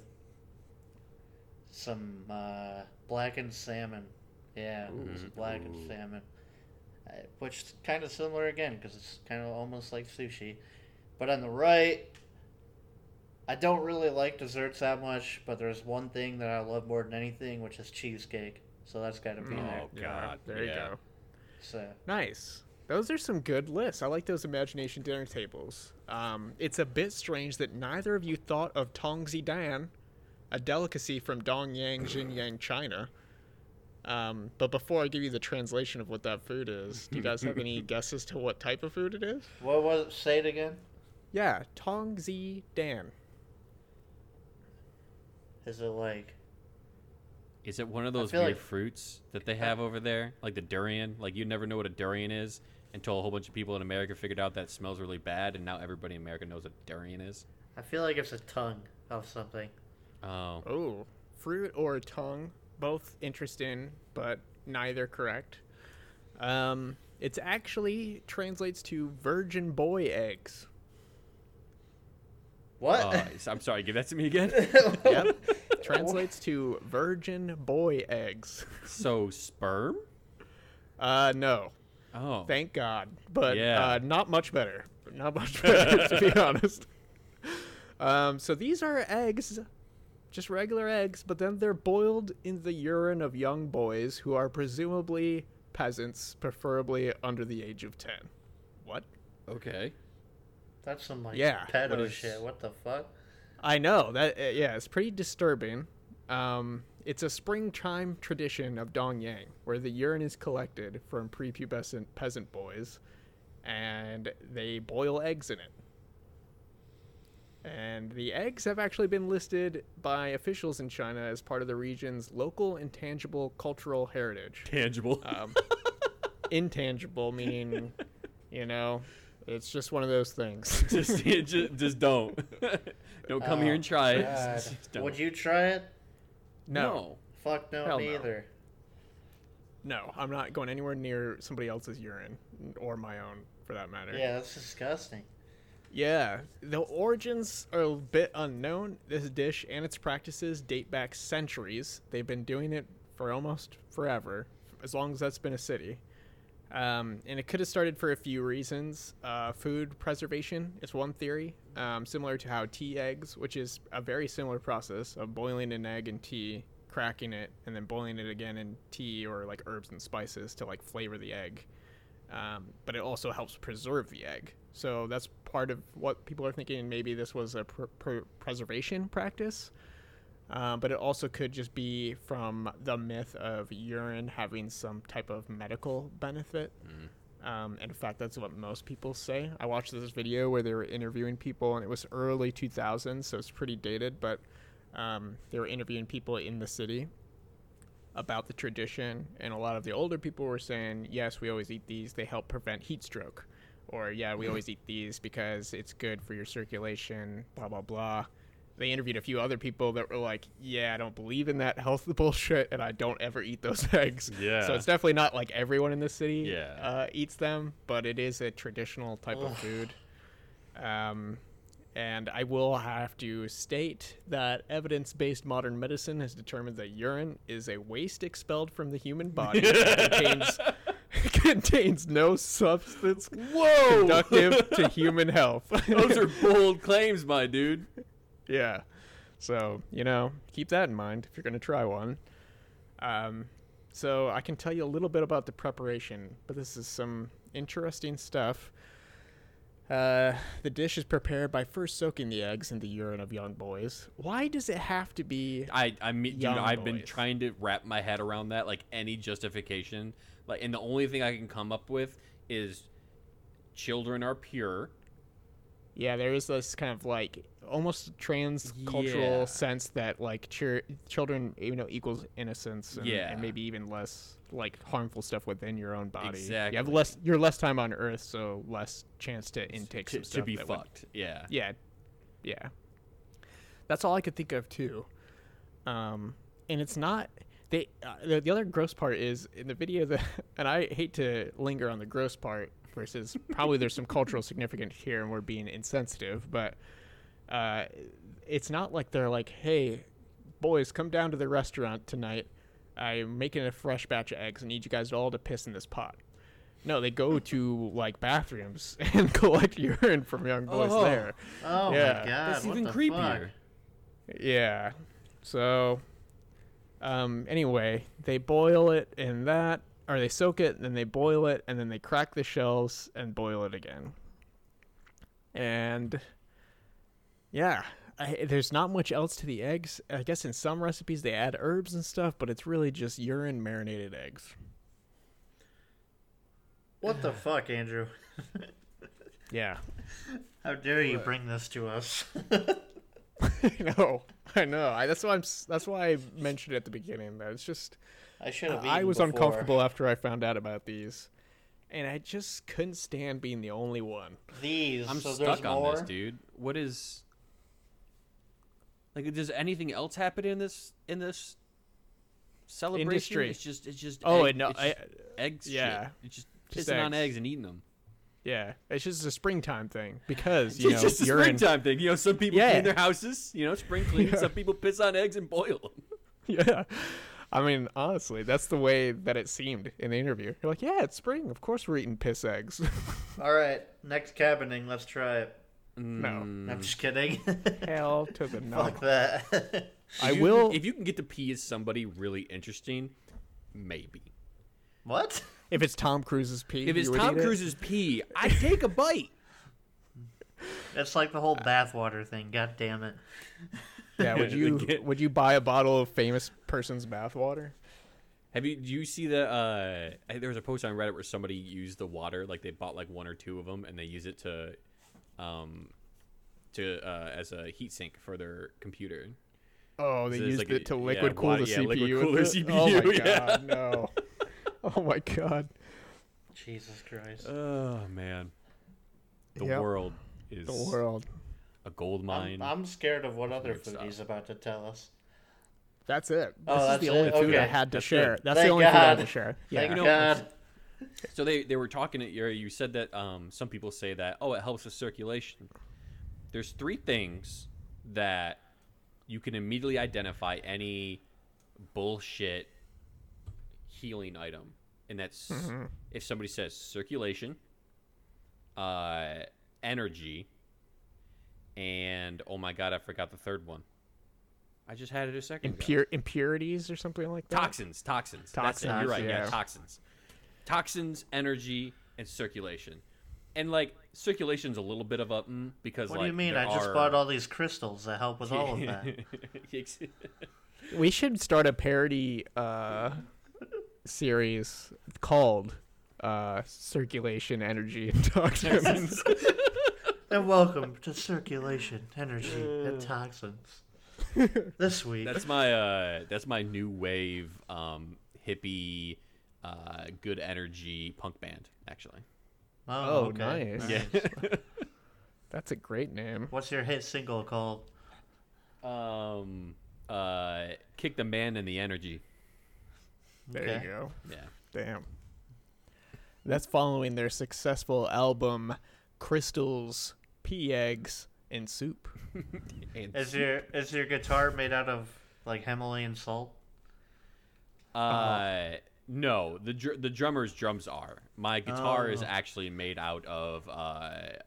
Speaker 1: some uh, blackened salmon. Yeah, some
Speaker 2: Mhm.
Speaker 1: blackened
Speaker 2: Ooh.
Speaker 1: salmon, uh, which is kind of similar again because it's kind of almost like sushi, but on the right. I don't really like desserts that much, but there's one thing that I love more than anything, which is cheesecake. So that's got to be
Speaker 3: Mm.
Speaker 1: there.
Speaker 2: Oh, God,
Speaker 3: there you
Speaker 2: yeah.
Speaker 3: go.
Speaker 1: So
Speaker 3: Nice. Those are some good lists. I like those imagination dinner tables. Um, it's a bit strange that neither of you thought of Tongzi Dan, a delicacy from Dongyang, Xinjiang, China. Um, but before I give you the translation of what that food is, do you guys have [LAUGHS] any guesses to what type of food it is?
Speaker 1: what was it? Say it again.
Speaker 3: Yeah, Tongzi Dan.
Speaker 1: Is it like
Speaker 2: Is it one of those
Speaker 1: feel
Speaker 2: weird
Speaker 1: like-
Speaker 2: fruits that they have over there, like the durian? Like you never know what a durian is until a whole bunch of people in America figured out that it smells really bad, and now everybody in America knows what durian is.
Speaker 1: I feel like it's a tongue of something.
Speaker 2: Oh,
Speaker 3: Oh, fruit or tongue, both interesting, but neither correct. Um, it's actually translates to virgin boy eggs.
Speaker 1: What? [LAUGHS]
Speaker 2: uh, I'm sorry. Give that to me again.
Speaker 3: Yep, translates to virgin boy eggs.
Speaker 2: So sperm?
Speaker 3: Uh, no,
Speaker 2: Oh,
Speaker 3: thank God, but
Speaker 2: Yeah.
Speaker 3: uh, not much better. Not much better, to be honest. Um, so these are eggs, just regular eggs, but then they're boiled in the urine of young boys who are presumably peasants, preferably under the age of 10. What?
Speaker 2: okay.
Speaker 1: That's some like
Speaker 3: Yeah,
Speaker 1: pedo
Speaker 2: what is-
Speaker 1: shit. What the fuck?
Speaker 3: I know that uh, yeah, it's pretty disturbing. Um, it's a springtime tradition of Dongyang where the urine is collected from prepubescent peasant boys and they boil eggs in it. And the eggs have actually been listed by officials in China as part of the region's local intangible cultural heritage.
Speaker 2: Tangible.
Speaker 3: Um, intangible meaning, you know, it's just one of those things.
Speaker 2: [LAUGHS]
Speaker 3: [LAUGHS]
Speaker 2: just, yeah, ju- just, don't. [LAUGHS] don't come here
Speaker 1: Oh,
Speaker 2: and try it.
Speaker 1: God.
Speaker 2: Just don't.
Speaker 1: Would you try it?
Speaker 2: no.
Speaker 1: Fuck no,
Speaker 3: Hell no.
Speaker 1: neither.
Speaker 3: No, I'm not going anywhere near somebody else's urine or my own for that matter.
Speaker 1: Yeah, that's disgusting.
Speaker 3: Yeah. The origins are a bit unknown. This dish and its practices date back centuries. They've been doing it for almost forever, as long as that's been a city. Um, and it could have started for a few reasons. Uh, food preservation is one theory, um, similar to how tea eggs, which is a very similar process of boiling an egg in tea, cracking it, and then boiling it again in tea or like herbs and spices to like flavor the egg. Um, but it also helps preserve the egg. So that's part of what people are thinking. Maybe this was a pr- pr- preservation practice. Um, but it also could just be from the myth of urine having some type of medical benefit. Um, and in fact, that's what most people say. I watched this video where they were interviewing people, and it was early 2000s, so it's pretty dated, but um, they were interviewing people in the city about the tradition. And a lot of the older people were saying, yes, we always eat these, they help prevent heat stroke. Or, yeah, we always eat these because it's good for your circulation, blah, blah, blah they interviewed a few other people that were like, "Yeah, I don't believe in that health [LAUGHS] bullshit, and I don't ever eat those [LAUGHS] eggs."
Speaker 2: Yeah.
Speaker 3: So it's definitely not like everyone in the city
Speaker 2: Yeah.
Speaker 3: uh, eats them, but it is a traditional type of food. Um, and I will have to state that evidence-based modern medicine has determined that urine is a waste expelled from the human body.
Speaker 2: [LAUGHS]
Speaker 3: that contains [LAUGHS] contains no substance
Speaker 2: Whoa.
Speaker 3: conductive to human health.
Speaker 2: [LAUGHS] Those are bold claims, my dude.
Speaker 3: Yeah. So, you know, keep that in mind if you're going to try one. Um, so, I can tell you a little bit about the preparation, but this is some interesting stuff. Uh, the dish is prepared by first soaking the eggs in the urine of young boys. Why does it have to be.
Speaker 2: I I mean, dude,
Speaker 3: Young
Speaker 2: I've been
Speaker 3: boys.
Speaker 2: trying to wrap my head around that, like any justification, like, and the only thing I can come up with is children are pure.
Speaker 3: Yeah, there is this kind of like almost trans cultural
Speaker 2: Yeah.
Speaker 3: sense that like chir- children, you know, equals innocence and,
Speaker 2: Yeah.
Speaker 3: and maybe even less like harmful stuff within your own body. You have
Speaker 2: Exactly.
Speaker 3: less, you're less time on Earth, so less chance to intake
Speaker 2: To,
Speaker 3: some
Speaker 2: to
Speaker 3: stuff
Speaker 2: be
Speaker 3: that would-
Speaker 2: fucked. Yeah.
Speaker 3: yeah, yeah. That's all I could think of too. Um, and it's not they uh, the, the other gross part is in the video that [LAUGHS] and i hate to linger on the gross part versus probably there's some cultural significance here and we're being insensitive but uh, it's not like they're like hey boys come down to the restaurant tonight i'm making a fresh batch of eggs i need you guys all to piss in this pot no they go to like bathrooms [LAUGHS] and collect urine from young boys
Speaker 2: Oh.
Speaker 3: there
Speaker 1: Oh my
Speaker 3: Yeah.
Speaker 1: god.
Speaker 2: That's
Speaker 1: what
Speaker 2: even
Speaker 1: the
Speaker 2: creepier.
Speaker 1: fuck?
Speaker 3: Yeah. So, um, anyway, they boil it in that, or they soak it, and then they boil it, and then they crack the shells and boil it again. And yeah, I, there's not much else to the eggs. I guess in some recipes they add herbs and stuff, but it's really just urine marinated eggs.
Speaker 1: What
Speaker 2: [LAUGHS]
Speaker 1: the fuck, Andrew?
Speaker 3: Yeah.
Speaker 1: How dare you bring this to us?
Speaker 3: [LAUGHS]
Speaker 1: [LAUGHS]
Speaker 3: I know. I know. I, that's why I'm. s- That's why I mentioned it at the beginning. That it's just.
Speaker 1: I should have.
Speaker 3: I
Speaker 1: eaten
Speaker 3: was
Speaker 1: before.
Speaker 3: uncomfortable after I found out about these, and I just couldn't stand being the only one.
Speaker 1: These.
Speaker 2: I'm
Speaker 1: so there's
Speaker 2: stuck on
Speaker 1: more.
Speaker 2: this, dude. What is like? Does anything else happen in this in this celebration?
Speaker 3: Industry.
Speaker 2: It's just it's just
Speaker 3: Oh,
Speaker 2: egg,
Speaker 3: and no,
Speaker 2: it's
Speaker 3: I-
Speaker 2: just eggs.
Speaker 3: yeah.
Speaker 2: shit. it's just
Speaker 3: Just
Speaker 2: pissing on
Speaker 3: eggs.
Speaker 2: eggs and eating them.
Speaker 3: Yeah, it's just a springtime thing
Speaker 2: [LAUGHS]
Speaker 3: because [LAUGHS] you know
Speaker 2: it's just a
Speaker 3: urine.
Speaker 2: springtime thing. You know, some people
Speaker 3: Yeah.
Speaker 2: clean their houses. You know, spring cleaning. Some people piss on eggs and boil them.
Speaker 3: [LAUGHS] Yeah, I mean honestly, that's the way that it seemed in the interview. You're like, yeah, it's spring. Of course we're eating piss eggs. [LAUGHS]
Speaker 1: All right, next cabining. Let's try it.
Speaker 3: no,
Speaker 2: Mm.
Speaker 1: I'm just kidding. [LAUGHS]
Speaker 3: hell to the
Speaker 2: [LAUGHS]
Speaker 3: no.
Speaker 1: Fuck that. [LAUGHS]
Speaker 3: I
Speaker 2: If you-
Speaker 3: will.
Speaker 2: If you can get to pee as somebody really interesting, maybe.
Speaker 1: what?
Speaker 3: If it's Tom Cruise's pee,
Speaker 2: If it's
Speaker 3: you would
Speaker 2: Tom
Speaker 3: eat it?
Speaker 2: Cruise's pee, I take a bite.
Speaker 1: That's like the whole bathwater thing. God damn it.
Speaker 3: yeah,
Speaker 2: [LAUGHS]
Speaker 3: would you would you buy a bottle of famous person's bathwater?
Speaker 2: Have you? Do you see the? Uh, I- there was a post on Reddit where somebody used the water, like they bought like one or two of them, and they use it to, um, to uh, as a heat sink for their computer.
Speaker 3: Oh, they
Speaker 2: So it's
Speaker 3: used
Speaker 2: like
Speaker 3: it
Speaker 2: a-
Speaker 3: to
Speaker 2: yeah,
Speaker 3: liquid cool
Speaker 2: water-
Speaker 3: the
Speaker 2: yeah,
Speaker 3: CPU.
Speaker 2: liquid
Speaker 3: with
Speaker 2: cool the
Speaker 3: it?
Speaker 2: CPU,
Speaker 3: Oh my
Speaker 2: yeah.
Speaker 3: god,
Speaker 2: [LAUGHS]
Speaker 3: no. Oh my god.
Speaker 1: Jesus Christ.
Speaker 2: Oh man, the
Speaker 3: Yep.
Speaker 2: world is
Speaker 3: The world.
Speaker 2: a gold mine.
Speaker 1: I'm, I'm scared of what other
Speaker 2: weird
Speaker 1: food
Speaker 2: stuff.
Speaker 1: he's about to tell us.
Speaker 3: That's it. This
Speaker 1: Oh,
Speaker 3: is
Speaker 1: that's
Speaker 3: the
Speaker 1: it?
Speaker 3: only food I
Speaker 1: Okay.
Speaker 3: had to
Speaker 2: That's
Speaker 3: share.
Speaker 2: it.
Speaker 3: That's the
Speaker 1: Thank
Speaker 3: only food I had
Speaker 1: God.
Speaker 3: to share. Yeah.
Speaker 1: Thank
Speaker 2: know,
Speaker 1: God.
Speaker 2: so they they were talking at you. You said that um, some people say that oh it helps with circulation. There's three things that you can immediately identify any bullshit healing item, and that's if somebody says circulation, uh, energy, and oh my god, I forgot the third one. I just had it a second. ago
Speaker 3: Impure impurities or something like that.
Speaker 2: toxins, toxins, toxins.
Speaker 3: Toxins,
Speaker 2: You're right. Yeah.
Speaker 3: yeah.
Speaker 2: toxins, toxins, energy, and circulation. And like circulation's a little bit of a mm, because
Speaker 1: What
Speaker 2: like,
Speaker 1: do you mean?
Speaker 2: there
Speaker 1: I just
Speaker 2: are-
Speaker 1: bought all these crystals that help with
Speaker 2: [LAUGHS]
Speaker 1: all of that.
Speaker 3: We should start a parody uh series called uh circulation energy and [LAUGHS]
Speaker 1: [LAUGHS]
Speaker 3: toxins.
Speaker 1: Oh, and welcome to Circulation, Energy, and Toxins. This week,
Speaker 2: that's my uh, that's my new wave um, hippie, uh, good energy punk band actually.
Speaker 1: oh,
Speaker 3: oh,
Speaker 1: okay.
Speaker 3: nice.
Speaker 2: Yeah.
Speaker 3: [LAUGHS] That's a great name.
Speaker 1: What's your hit single called?
Speaker 2: um, uh, kick the man in the energy.
Speaker 3: There
Speaker 1: Okay.
Speaker 3: you go.
Speaker 2: Yeah.
Speaker 3: Damn. That's following their successful album Crystals, Pea Eggs, and Soup.
Speaker 2: And,
Speaker 1: Is your is your guitar made out of like Himalayan salt?
Speaker 3: Uh-huh.
Speaker 2: Uh, no, the dr- the drummer's drums are. My guitar
Speaker 3: Oh.
Speaker 2: is actually made out of uh,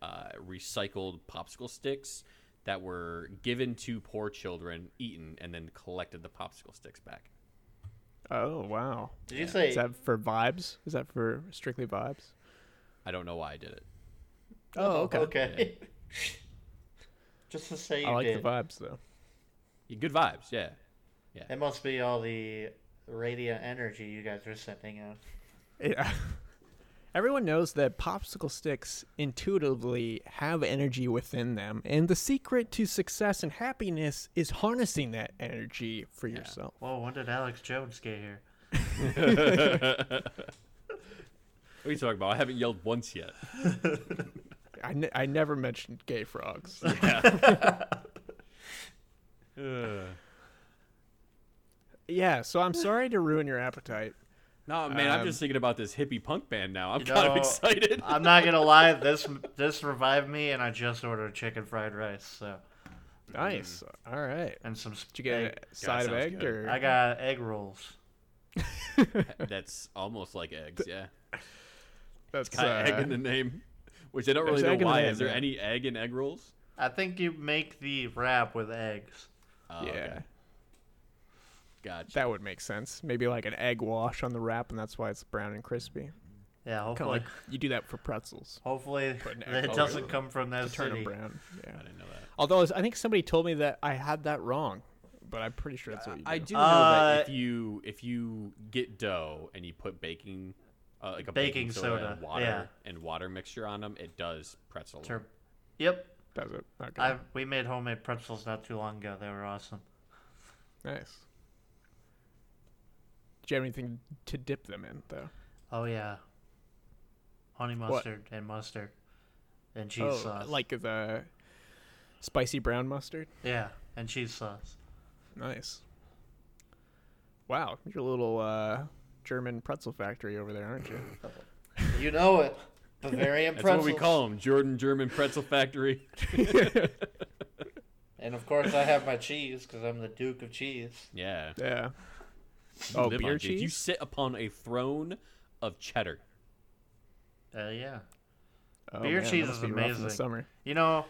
Speaker 2: uh, recycled popsicle sticks that were given to poor children, eaten, and then collected the popsicle sticks back.
Speaker 3: Oh, wow.
Speaker 1: Did you say?
Speaker 3: Is that for vibes? Is that for strictly vibes?
Speaker 2: I don't know why I did it.
Speaker 3: Oh,
Speaker 1: okay. [LAUGHS] Just to say you
Speaker 3: I like
Speaker 1: did.
Speaker 3: the vibes, though.
Speaker 2: Yeah, Good vibes, yeah.
Speaker 1: It must be all the radiant energy you guys are sending out.
Speaker 3: Yeah. [LAUGHS] Everyone knows that popsicle sticks intuitively have energy within them, and the secret to success and happiness is harnessing that energy for yourself.
Speaker 1: Whoa, when did Alex Jones get here?
Speaker 2: What are you talking about? I haven't yelled once yet.
Speaker 3: I, n- I never mentioned gay frogs.
Speaker 2: Uh,
Speaker 3: yeah, so I'm sorry to ruin your appetite.
Speaker 2: No, man, I'm
Speaker 3: Um,
Speaker 2: just thinking about this hippie punk band now. I'm
Speaker 1: You
Speaker 2: kind of
Speaker 1: know,
Speaker 2: excited.
Speaker 1: I'm not gonna lie, this this revived me, and I just ordered chicken fried rice, so
Speaker 3: Nice. All right.
Speaker 1: and some.
Speaker 3: Did you get
Speaker 1: egg-
Speaker 3: a side of
Speaker 2: sounds
Speaker 3: egg
Speaker 2: good.
Speaker 3: or
Speaker 1: I got egg rolls.
Speaker 2: [LAUGHS] That's almost like eggs, yeah.
Speaker 3: that's uh,
Speaker 2: Got egg in
Speaker 3: [LAUGHS]
Speaker 2: the name, which I don't really
Speaker 3: there's
Speaker 2: know
Speaker 3: egg in the
Speaker 2: why.
Speaker 3: name,
Speaker 2: Is there
Speaker 3: yeah.
Speaker 2: any egg in egg rolls?
Speaker 1: I think you make the wrap with eggs.
Speaker 2: Oh,
Speaker 3: yeah.
Speaker 2: okay. Gotcha.
Speaker 3: That would make sense. Maybe like an egg wash on the wrap, and that's why it's brown and crispy.
Speaker 1: Yeah,
Speaker 3: Kind of
Speaker 1: hopefully,
Speaker 3: like you do that for pretzels
Speaker 1: hopefully
Speaker 3: an
Speaker 1: [LAUGHS]
Speaker 3: egg
Speaker 1: it
Speaker 3: over
Speaker 1: doesn't
Speaker 3: them
Speaker 1: come from
Speaker 3: to
Speaker 1: that
Speaker 3: turn them
Speaker 1: city.
Speaker 3: brown. Yeah.
Speaker 2: I didn't know that.
Speaker 3: Although I was- I think somebody told me that I had that wrong, but I'm pretty sure that's what you do.
Speaker 2: I do know
Speaker 1: Uh,
Speaker 2: that if you if you get dough and you put baking, uh, like a baking,
Speaker 1: Baking
Speaker 2: soda, and
Speaker 1: soda,
Speaker 2: water
Speaker 1: yeah.
Speaker 2: and water mixture on them, it does pretzel. them.
Speaker 1: Tur- Yep,
Speaker 3: That's it. Okay.
Speaker 1: I we made homemade pretzels not too long ago. They were awesome.
Speaker 3: Nice. Do you have anything to dip them in, though?
Speaker 1: Oh yeah, honey mustard and mustard and cheese
Speaker 3: oh,
Speaker 1: sauce.
Speaker 3: like the spicy brown mustard.
Speaker 1: yeah, and cheese sauce.
Speaker 3: Nice. Wow, you're a little uh, German pretzel factory over there, aren't you?
Speaker 1: You know it, [LAUGHS] Bavarian
Speaker 2: That's
Speaker 1: pretzels.
Speaker 2: what we call them, Jordan German Pretzel Factory.
Speaker 1: And of course, I have my cheese because I'm the Duke of Cheese.
Speaker 2: [LAUGHS] Yeah.
Speaker 3: [LAUGHS] yeah.
Speaker 2: You
Speaker 3: Oh,
Speaker 2: live
Speaker 3: beer
Speaker 2: on cheese. You
Speaker 3: cheese.
Speaker 2: sit upon a throne of cheddar.
Speaker 1: Uh, yeah.
Speaker 3: Oh,
Speaker 1: Beer
Speaker 3: man, that
Speaker 1: cheese
Speaker 3: must
Speaker 1: is
Speaker 3: be rough in the
Speaker 1: amazing.
Speaker 3: summer.
Speaker 1: You know,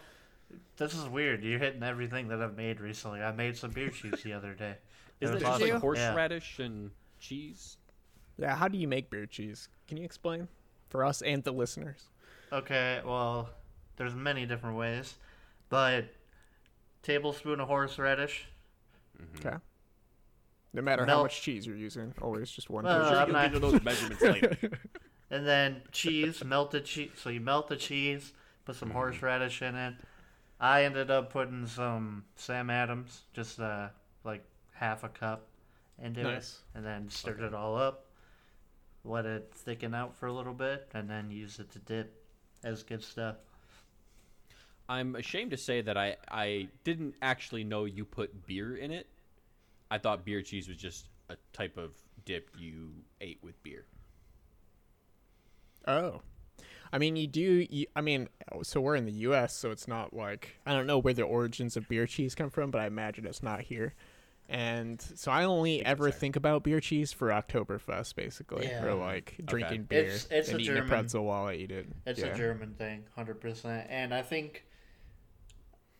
Speaker 1: this is weird. You're hitting everything that I've made recently. I made some beer cheese the other
Speaker 2: [LAUGHS]
Speaker 1: day.
Speaker 2: Isn't it
Speaker 1: was
Speaker 2: just like
Speaker 1: awesome.
Speaker 2: horseradish and cheese?
Speaker 3: Yeah, how do you make beer cheese? Can you explain for us and the listeners?
Speaker 1: Okay, well, there's many different ways, but tablespoon of horseradish.
Speaker 3: Okay. No matter how
Speaker 1: Melt-
Speaker 3: much cheese you're using, always just one.
Speaker 1: Well,
Speaker 3: per-
Speaker 1: Uh, I'm
Speaker 2: Sure, you'll
Speaker 1: not-
Speaker 2: get to
Speaker 1: [LAUGHS]
Speaker 2: those measurements later.
Speaker 1: And then cheese, melted cheese. So you melt the cheese, put
Speaker 3: Mm-hmm.
Speaker 1: some horseradish in it. I ended up putting some Sam Adams, just uh, like half a cup into
Speaker 3: Nice.
Speaker 1: it, and then stirred it all up. Let it thicken out for a little bit, and then use it to dip as good stuff.
Speaker 2: I'm ashamed to say that I, I didn't actually know you put beer in it. I thought beer cheese was just a type of dip you ate with beer.
Speaker 3: Oh. I mean, you do. You, I mean, oh, so we're in the U.S., so it's not like I don't know where the origins of beer cheese come from, but I imagine it's not here. And so I only ever think about beer cheese for Oktoberfest, basically,
Speaker 1: Yeah.
Speaker 3: or like drinking beer
Speaker 1: It's- it's
Speaker 3: and
Speaker 1: a
Speaker 3: eating
Speaker 1: German-
Speaker 3: a pretzel while I eat it.
Speaker 1: It's
Speaker 3: Yeah.
Speaker 1: a German thing, hundred percent. And I think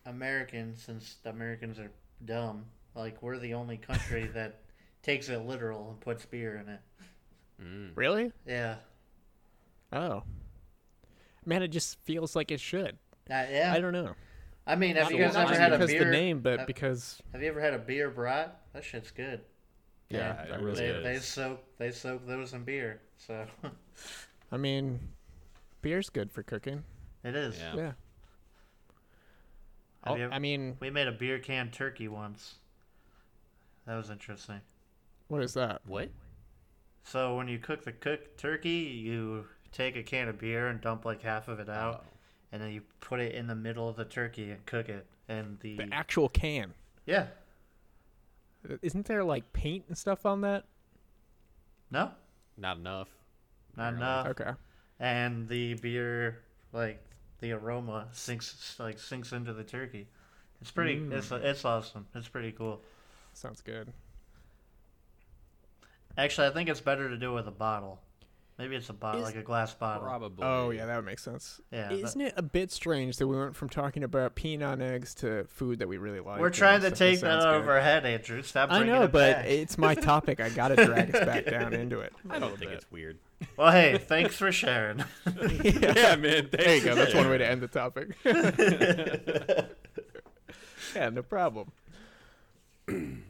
Speaker 1: Americans, since the Americans are dumb, like we're the only
Speaker 3: [LAUGHS]
Speaker 1: country that takes it literal and puts beer in it.
Speaker 3: Really?
Speaker 1: Yeah,
Speaker 3: Oh, man, it just feels like it should.
Speaker 1: Uh, yeah.
Speaker 3: I
Speaker 1: I,
Speaker 3: don't know.
Speaker 1: mean, have
Speaker 3: Not
Speaker 1: you guys
Speaker 3: not
Speaker 1: ever
Speaker 3: just
Speaker 1: had a
Speaker 3: because
Speaker 1: beer?
Speaker 3: the name, but
Speaker 1: uh,
Speaker 3: because
Speaker 1: Have you ever had a beer brat? That shit's good.
Speaker 3: yeah,
Speaker 2: it really
Speaker 1: They, they
Speaker 2: is.
Speaker 1: soak they soak those in beer, so [LAUGHS]
Speaker 3: I mean, beer's good for cooking.
Speaker 1: it is.
Speaker 2: Yeah.
Speaker 3: Yeah.
Speaker 1: Have
Speaker 3: I'll-
Speaker 1: you ever-
Speaker 3: Oh, I mean,
Speaker 1: We made a beer can turkey once. That was interesting.
Speaker 3: what is that?
Speaker 2: What?
Speaker 1: So when you cook the cook turkey, you take a can of beer and dump like half of it
Speaker 3: Oh.
Speaker 2: Uh,
Speaker 1: out, and then you put it in the middle of the turkey and cook it. And the,
Speaker 3: The actual can.
Speaker 1: yeah,
Speaker 3: Isn't there like paint and stuff on that?
Speaker 1: no,
Speaker 2: Not enough.
Speaker 1: not
Speaker 2: Apparently.
Speaker 1: enough.
Speaker 3: Okay.
Speaker 1: And the beer, like the aroma, sinks like sinks into the turkey. It's pretty.
Speaker 3: Mm.
Speaker 1: It's it's awesome. It's pretty cool.
Speaker 3: Sounds good.
Speaker 1: Actually, I think it's better to do it with a bottle. Maybe it's a bottle,
Speaker 3: Is-
Speaker 1: like a glass bottle.
Speaker 2: Probably.
Speaker 3: Oh, yeah, that would make sense.
Speaker 1: Yeah, that-
Speaker 3: Isn't it a bit strange that we went from talking about peanut eggs to food that we really like?
Speaker 1: We're
Speaker 3: and
Speaker 1: trying to
Speaker 3: stuff that
Speaker 1: take that
Speaker 3: sounds
Speaker 1: out of
Speaker 3: good?
Speaker 1: our head, Andrew. Stop.
Speaker 3: I
Speaker 1: bringing
Speaker 3: know,
Speaker 1: it
Speaker 3: but
Speaker 1: back.
Speaker 3: it's
Speaker 1: [LAUGHS]
Speaker 3: my topic. I got to drag us back down into [LAUGHS] it.
Speaker 2: I don't think it's weird.
Speaker 1: well, hey, thanks for sharing.
Speaker 3: [LAUGHS] yeah.
Speaker 2: yeah, man.
Speaker 3: There you go. That's one way to end the topic. [LAUGHS] yeah, no problem.
Speaker 2: [LAUGHS]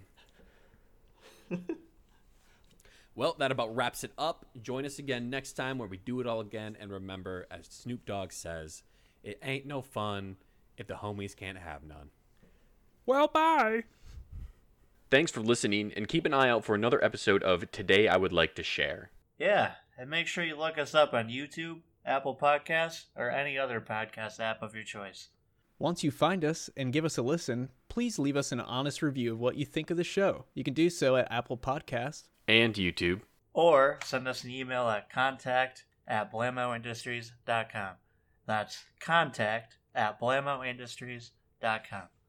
Speaker 2: Well, that about wraps it up. Join us again next time where we do it all again. And remember, as Snoop Dogg says, it ain't no fun if the homies can't have none.
Speaker 3: Well, bye.
Speaker 2: Thanks for listening, and keep an eye out for another episode of Today I Would Like to Share.
Speaker 1: Yeah, and make sure you look us up on YouTube, Apple Podcasts, or any other podcast app of your choice.
Speaker 3: Once you find us and give us a listen, please leave us an honest review of what you think of the show. You can do so at Apple Podcast.
Speaker 2: and YouTube.
Speaker 1: or send us an email at contact at blamoindustries.com. That's contact at blamoindustries.com.